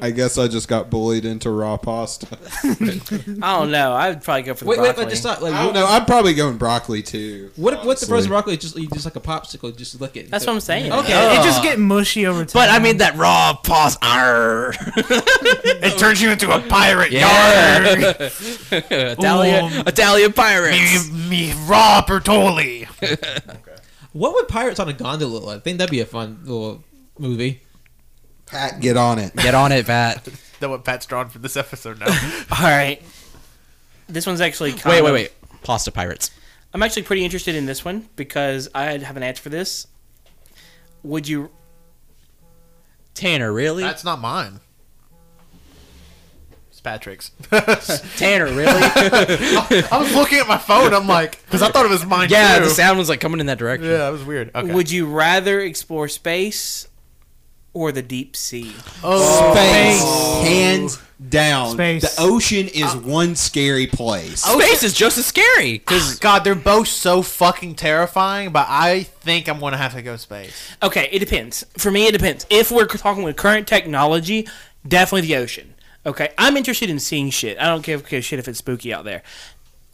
I guess I just got bullied into raw pasta. I don't know. I'd probably go for the wait, wait, broccoli. but just not like I don't know. I'm probably going broccoli too. What if, what's the honestly. frozen broccoli? Just you just like a popsicle, just lick it. That's what I'm saying. Oh, Okay. It just get mushy over time. But I mean that raw pasta. Arr. It turns you into a pirate. Yeah. Yarg. Italian, Ooh. Italian pirates. me, me raw Bertoli. What would Pirates on a Gondola? I think that'd be a fun little movie. Pat, get on it. Get on it, Pat. That what Pat's drawn for this episode now. All right. This one's actually kind wait, wait, of- wait. Pasta Pirates. I'm actually pretty interested in this one because I have an answer for this. Would you? Tanner, really? That's not mine. It's Patrick's. Tanner, really? I was looking at my phone. I'm like, because I thought it was mine. yeah, too. the sound was like coming in that direction. Yeah, that was weird. Okay. Would you rather explore space or the deep sea? oh, Space, hands down. Space. The ocean is Uh, one scary place. Space is just as scary. because God, they're both so fucking terrifying. But I think I'm gonna have to go space. Okay, it depends. For me, it depends. If we're talking with current technology, definitely the ocean. Okay, I'm interested in seeing shit. I don't give a shit if it's spooky out there.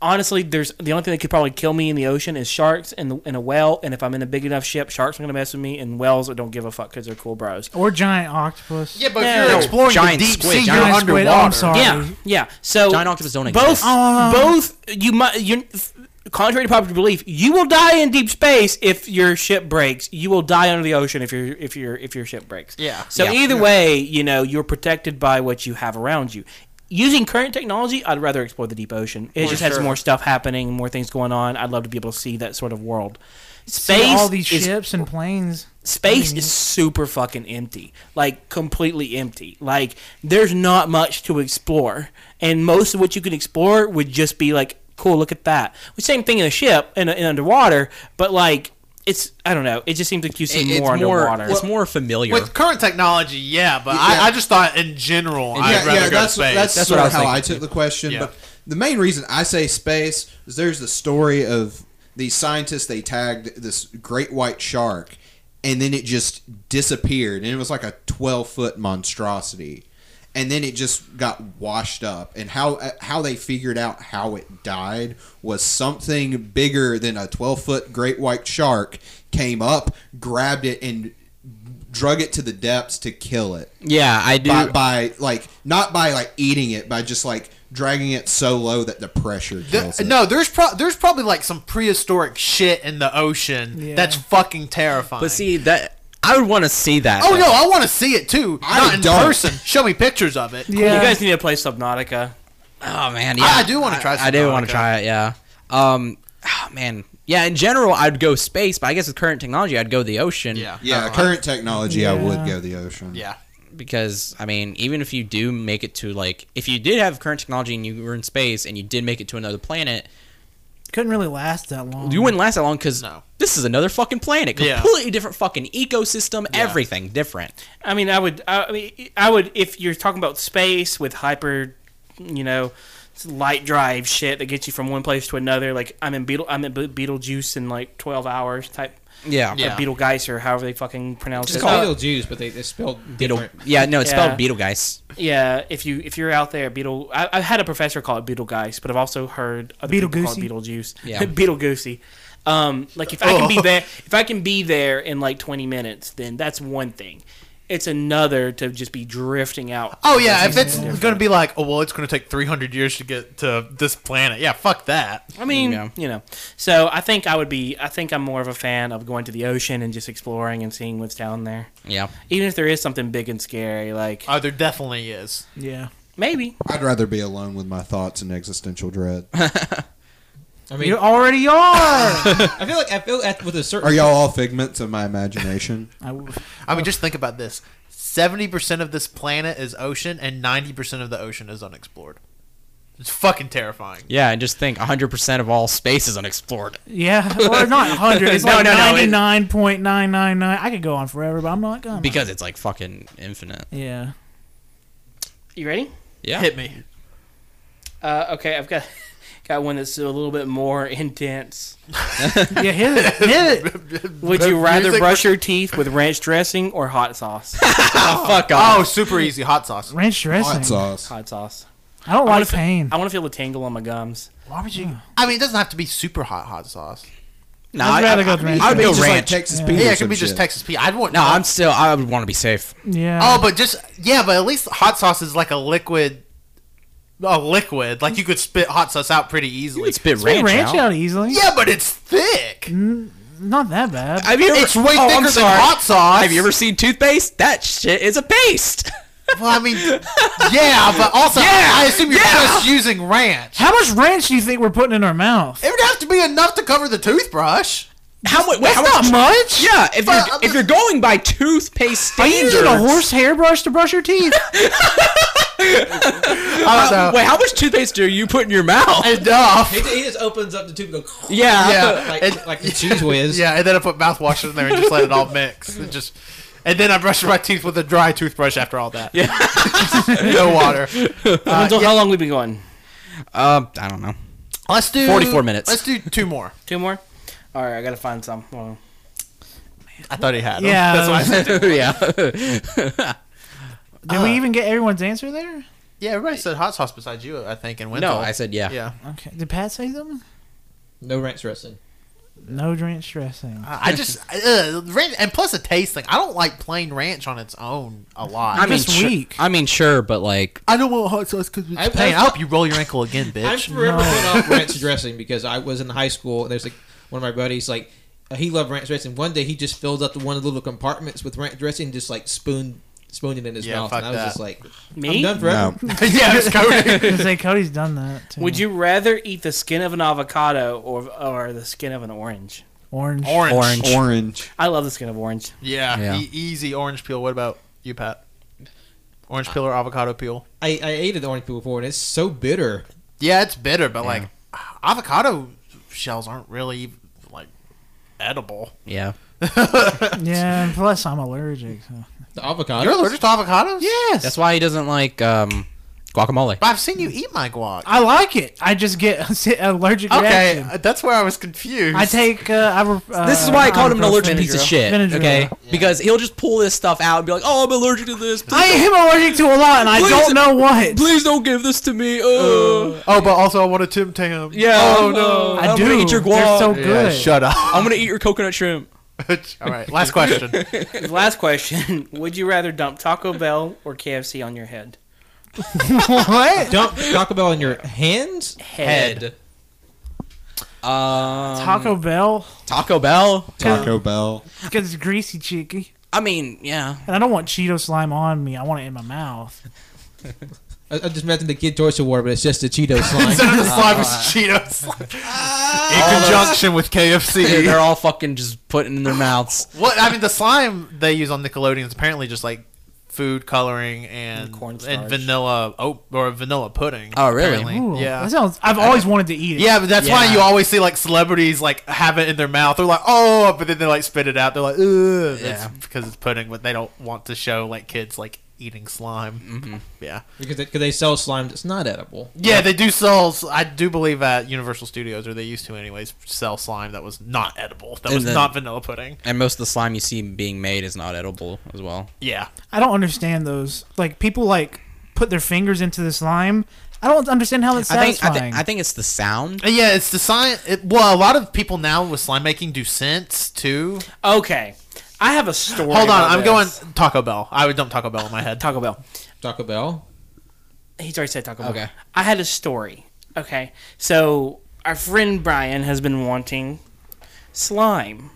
Honestly, there's the only thing that could probably kill me in the ocean is sharks and the, and a whale. And if I'm in a big enough ship, sharks are gonna mess with me, and whales I don't give a fuck because they're cool bros. or giant octopus. Yeah, but if if you're you're exploring giant the deep squid, sea, giant you're squid, underwater. I'm sorry. Oh. Yeah, yeah. So Giant octopus don't both exist. both you might you contrary to popular belief, you will die in deep space if your ship breaks. You will die under the ocean if your if your if your ship breaks. Yeah. So either way, you know you're protected by what you have around you. Using current technology, I'd rather explore the deep ocean. It just has sure. more stuff happening, more things going on. I'd love to be able to see that sort of world. See Space all these is ships and planes. space is super fucking empty like completely empty like there's not much to explore and most of what you can explore would just be like cool look at that the same thing in a ship and, and underwater but like it's i don't know it just seems like you see It- it's more more, underwater it's more familiar. With current technology, yeah, but Yeah. I, I just thought in general, I'd rather go that's, to space. That's, That's sort what I of was how I thinking, took the question. Yeah. But the main reason I say space is there's the story of these scientists they tagged this great white shark, and then it just disappeared, and it was like a 12 foot monstrosity, and then it just got washed up. And how uh, how they figured out how it died was something bigger than a 12 foot great white shark came up, grabbed it, and drug it to the depths to kill it yeah, I do. by, by like not by like eating it, by just like dragging it so low that the pressure There- kills it. no, there's pro- there's probably like some prehistoric shit in the ocean Yeah. that's fucking terrifying. but see that I would want to see that. oh though. no, I want to see it too. I Not in don't. person. Show me pictures of it. Yeah, you guys need to play subnautica Oh man, yeah. I do wanna try I, I do want Subnautica. to try it. Yeah. Um. Oh, man. Yeah. In general, I'd go space, but I guess with current technology, I'd go the ocean. Yeah. yeah, Uh-uh. current technology, I would Yeah. go the ocean. Yeah. Because I mean, even if you do make it to like, if you did have current technology and you were in space and you did make it to another planet, couldn't really last that long. you wouldn't last that long because No. this is another fucking planet, Yeah. completely different fucking ecosystem, everything different. i mean i would I, I mean i would if you're talking about space with hyper you know light drive shit that gets you from one place to another like i'm in beetle i'm in Be- beetlejuice in like 12 hours type Yeah. or Beetlegeist or however they fucking pronounce It's it. Uh, called Beetlejuice, but they, they spelled Beetle. different. Yeah. No, it's Yeah. spelled Beetle, guys. yeah, if you if you're out there, Beetle. I, I've had a professor call it Beetlegeist, but I've also heard other people call it Beetlejuice. Yeah. Oh. Beetlegoosey. Um, like if I can be there, if I can be there in like 20 minutes, then that's one thing. It's another to just be drifting out. Oh yeah, if it's gonna be like, oh well, it's gonna take 300 years to get to this planet. Yeah, fuck that. I mean, Yeah. you know. So I think I would be. I think I'm more of a fan of going to the ocean and just exploring and seeing what's down there. Yeah. Even if there is something big and scary, like Oh, there definitely is. Yeah, maybe I'd rather be alone with my thoughts and existential dread. I you mean, already are. I feel like I feel at, with a certain. Are y'all all figments of my imagination? I w- I mean, just think about this: 70% of this planet is ocean, and 90% of the ocean is unexplored. It's fucking terrifying. Yeah, and just think 100% of all space is unexplored. yeah, or not hundred. It's No, like no, no, it- ninety nine point nine nine nine. I could go on forever, but I'm not gonna. Because it's like fucking infinite. yeah, you ready? Yeah. Hit me. Uh, okay, I've got got one that's a little bit more intense. yeah, hit it, hit it. Would you rather Mm-hmm. Music- brush your teeth with ranch dressing or hot sauce? Fuck off. Oh, super easy hot sauce. Ranch Hot dressing. sauce. hot sauce. I don't wanna like fe- pain. I want to feel the tingle on my gums. Why would you? I mean, it doesn't have to be super hot hot sauce. No, I'd I- rather I- go with ranch I would It's go just like ranch. Texas Yeah. pea or Yeah, it some could be just shit. Texas pea. I'd want no, I'm still. I would want to be safe. yeah. Oh, but just yeah, but at least hot sauce is like a liquid, a liquid. Like you could spit hot sauce out pretty You easily. could spit Spit ranch, out. easily. yeah, but it's thick. not that bad. Have you ever, It's way oh, I'm thicker than sorry. hot sauce. Have you ever seen toothpaste? That shit is a paste. Well, I mean, yeah, but also, I assume you're just using ranch. How much ranch do you think we're putting in our mouth? It would have to be enough to cover the toothbrush. How much? That's how Not much? much. Yeah, if But you're I'm if just- you're going by toothpaste Are you standards, using a horse hairbrush to brush your teeth? I don't know. Wait, how much toothpaste do you put in your mouth? Enough. He, he just opens up the tube and goes Yeah, Yeah. like, It- like the cheese whiz. Yeah, and then I put mouthwash in there and just let it all mix. And just, and then I brush my teeth with a dry toothbrush after all that. Yeah. no water. Uh, Until yeah, how long we been going? Uh, I don't know. let's do 44 minutes. Let's do two more. Two more. All right, I gotta find some. Well, I thought he had. 'em. Yeah. That's why I said. yeah. Did we even get everyone's answer there? Yeah, everybody said hot sauce besides you, I think, and Wendell. no, I said yeah. Yeah. Okay. Did Pat say something? No ranch dressing. No ranch dressing. I I just uh, ranch, and plus a taste thing. I don't like plain ranch on its own a lot. I mean, Just sure, weak. I mean, sure, but like, I don't want hot sauce because it's I- pain. I- I hope you roll your ankle again, I'm bitch. forever going off ranch dressing because I was in high school and there's like one of my buddies like uh, he loved ranch dressing. One day he just filled up the one of the little compartments with ranch dressing, and just like spoon spooned it in his Yeah, mouth, fuck and I was that. just like, me. I'm done forever. yeah, it's Cody. Because say Cody's done that. Too. Would you rather eat the skin of an avocado or or the skin of an orange? orange? Orange. Orange. Orange. I love the skin of orange. Yeah, Yeah. E- easy orange peel. What about you, Pat? Orange peel or avocado peel? I, I ate the orange peel before, and it's so bitter. Yeah, it's bitter, but like avocado shells aren't really like edible. yeah. Yeah. And plus, I'm allergic. So. The avocado. You're allergic to avocados? Yes. That's why he doesn't like um, guacamole. But I've seen you eat my guac. I like it. I just get allergic Okay, reaction. uh, that's where I was confused. I take. Uh, I, re- uh, This is why I called him an allergic ibuprofen. piece of shit. Benadryl. Okay, because he'll just pull this stuff out and be like, "Oh, I'm allergic to this. Please, I am allergic to a lot, and I Please- don't know what. please don't give this to me." Uh, oh, but also I want a Tim Tam. yeah. Oh no. I I'm do. gonna eat your They're guac. so Yeah, good. shut up. I'm gonna eat your coconut shrimp. All right, last question. Last question: Would you rather dump Taco Bell or KFC on your head? what? Dump Taco Bell in your hands. Head. Um, Taco Bell? Taco Bell. Taco Bell. Because it's greasy, cheeky, I mean, yeah. and I don't want Cheeto slime on me. I want it in my mouth. I, I just mentioned the Kid Choice Award, but it's just a Cheeto slime. Instead of the slime, it's Cheetos. In conjunction with They're, they're KFC. all fucking just putting in their mouths. What I mean, the slime they use on Nickelodeon is apparently just like food coloring and cornstarch. and vanilla oat or vanilla pudding. Oh, really? apparently. Ooh, Yeah. That sounds. I've always wanted to eat it. Yeah, but that's why Yeah. you always see like celebrities like have it in their mouth. They're like, oh, but then they like spit it out. They're like, ugh. Yeah. Yeah. Because it's pudding, but they don't want to show like kids like eating slime. Mm-hmm. Yeah. because they, 'cause they sell slime that's not edible. Yeah, they do sell. I do believe at Universal Studios, or they used to, anyways, sell slime that was not edible. That And was then- not vanilla pudding. And most of the slime you see being made is not edible as well. Yeah, I don't understand those. Like people like put their fingers into the slime. I don't understand how that's I think, I, satisfying. thi- I think it's the sound. And yeah. It's the science. It, well, a lot of people now with slime making do scents too. Okay, I have a story. Hold on, about I'm this. going Taco Bell. I would dump Taco Bell in my head. Taco Bell. Taco Bell. He's already said Taco Bell. Okay. I had a story. Okay, so our friend Brian has been wanting slime.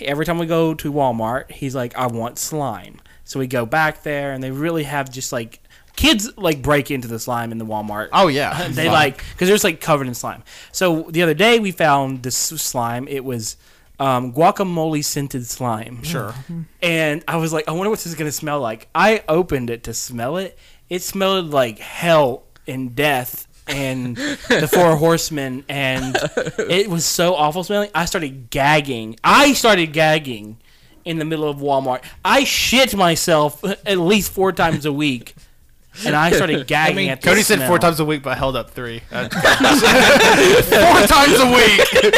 Every time we go to Walmart, he's like, "I want slime." So we go back there, and they really have just like kids like break into the slime in the Walmart. Oh yeah, they like because there's like covered in slime. So the other day we found this slime. It was um, guacamole scented slime. Mm. Sure. And I was like, I wonder what this is gonna smell like. I opened it to smell it. It smelled like hell and death and the four horsemen and it was so awful smelling. I started gagging. I started gagging in the middle of Walmart. I shit myself at least four times a week. And I started gagging mean, at the Cody said four smell. times a week, but held up three. Uh, four times a week.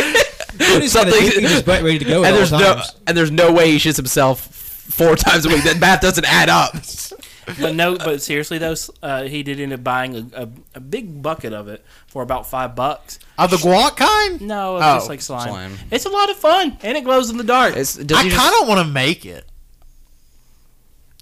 Something- He's just butt ready to go. at and all there's no times. and there's no way he shits himself four times a week. That math doesn't add up. but no, but seriously though, s- uh, he did end up buying a, a, a big bucket of it for about five bucks. Of the guac kind? No, it's Oh, just like slime. slime. It's a lot of fun, and it glows in the dark. It's, does I he kind just- of want to make it.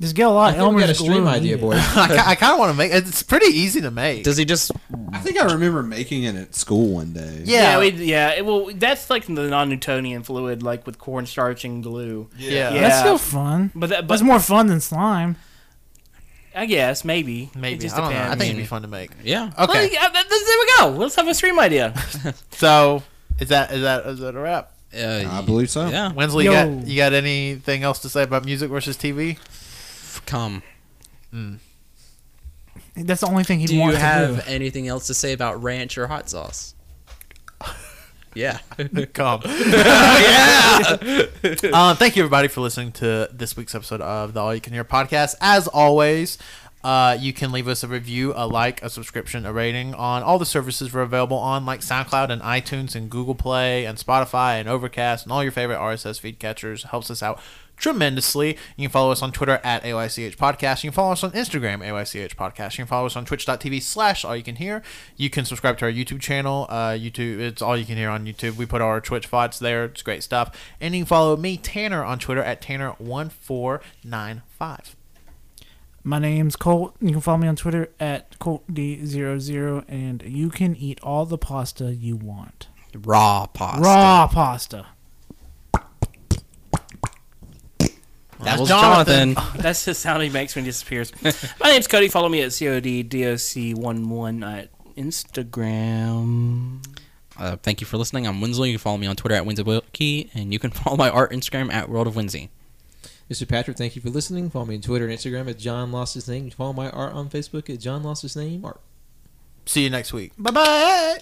This get a I lot. think we Elmer's got a stream glue. idea, boy. I, kind of want to make. It's pretty easy to make. Does he just? I think I remember making it at school one day. yeah, yeah, we, yeah. It, well, that's like the non-Newtonian fluid, like with cornstarch and glue. yeah, Yeah. That's still fun. But that, That's but more fun than slime. I guess maybe Maybe it just I don't know. I depends. think it'd be fun to make. Yeah. Okay, Well, yeah, th- th- there we go. Let's have a stream idea. so is that is that is that a wrap? Uh, I believe so. Yeah. Wensley, you Yo. got you got anything else to say about music versus TV? Come. That's the only thing he'd Do you want to do. have anything else to say about ranch or hot sauce? Yeah. Come. yeah. um, thank you, everybody, for listening to this week's episode of the All You Can Hear podcast. As always, uh, you can leave us a review, a like, a subscription, a rating on all the services we're available on, like SoundCloud and iTunes and Google Play and Spotify and Overcast and all your favorite RSS feed catchers. Helps us out tremendously. You can follow us on Twitter at AYCH Podcast. You can follow us on Instagram, AYCH Podcast. You can follow us on twitch.tv slash all you can hear. You can subscribe to our YouTube channel. Uh, YouTube, it's all you can hear on YouTube. We put our Twitch VODs there. It's great stuff. And you can follow me, Tanner, on Twitter at Tanner1495. My name's Colt. You can follow me on Twitter at ColtD00, and you can eat all the pasta you want. Raw pasta. Raw pasta. That was Jonathan. Jonathan. That's the sound he makes when he disappears. My name's Cody. Follow me at CODDOC11 at Instagram. Uh, thank you for listening. I'm Winslow. You can follow me on Twitter at WinslowWilkie, and you can follow my art Instagram at World of Winsy. Mr. Patrick, thank you for listening. Follow me on Twitter and Instagram at John Lost His Name. Follow my art on Facebook at John Lost His Name Art. See you next week. Bye bye.